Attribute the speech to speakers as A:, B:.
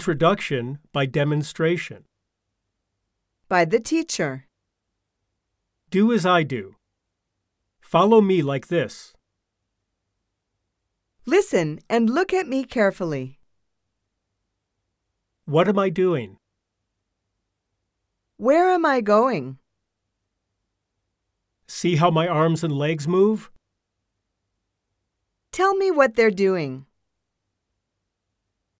A: Introduction by demonstration.
B: By the teacher.
A: Do as I do. Follow me like this.
B: Listen and look at me carefully.
A: What am I doing?
B: Where am I going?
A: See how my arms and legs move?
B: Tell me what they're doing.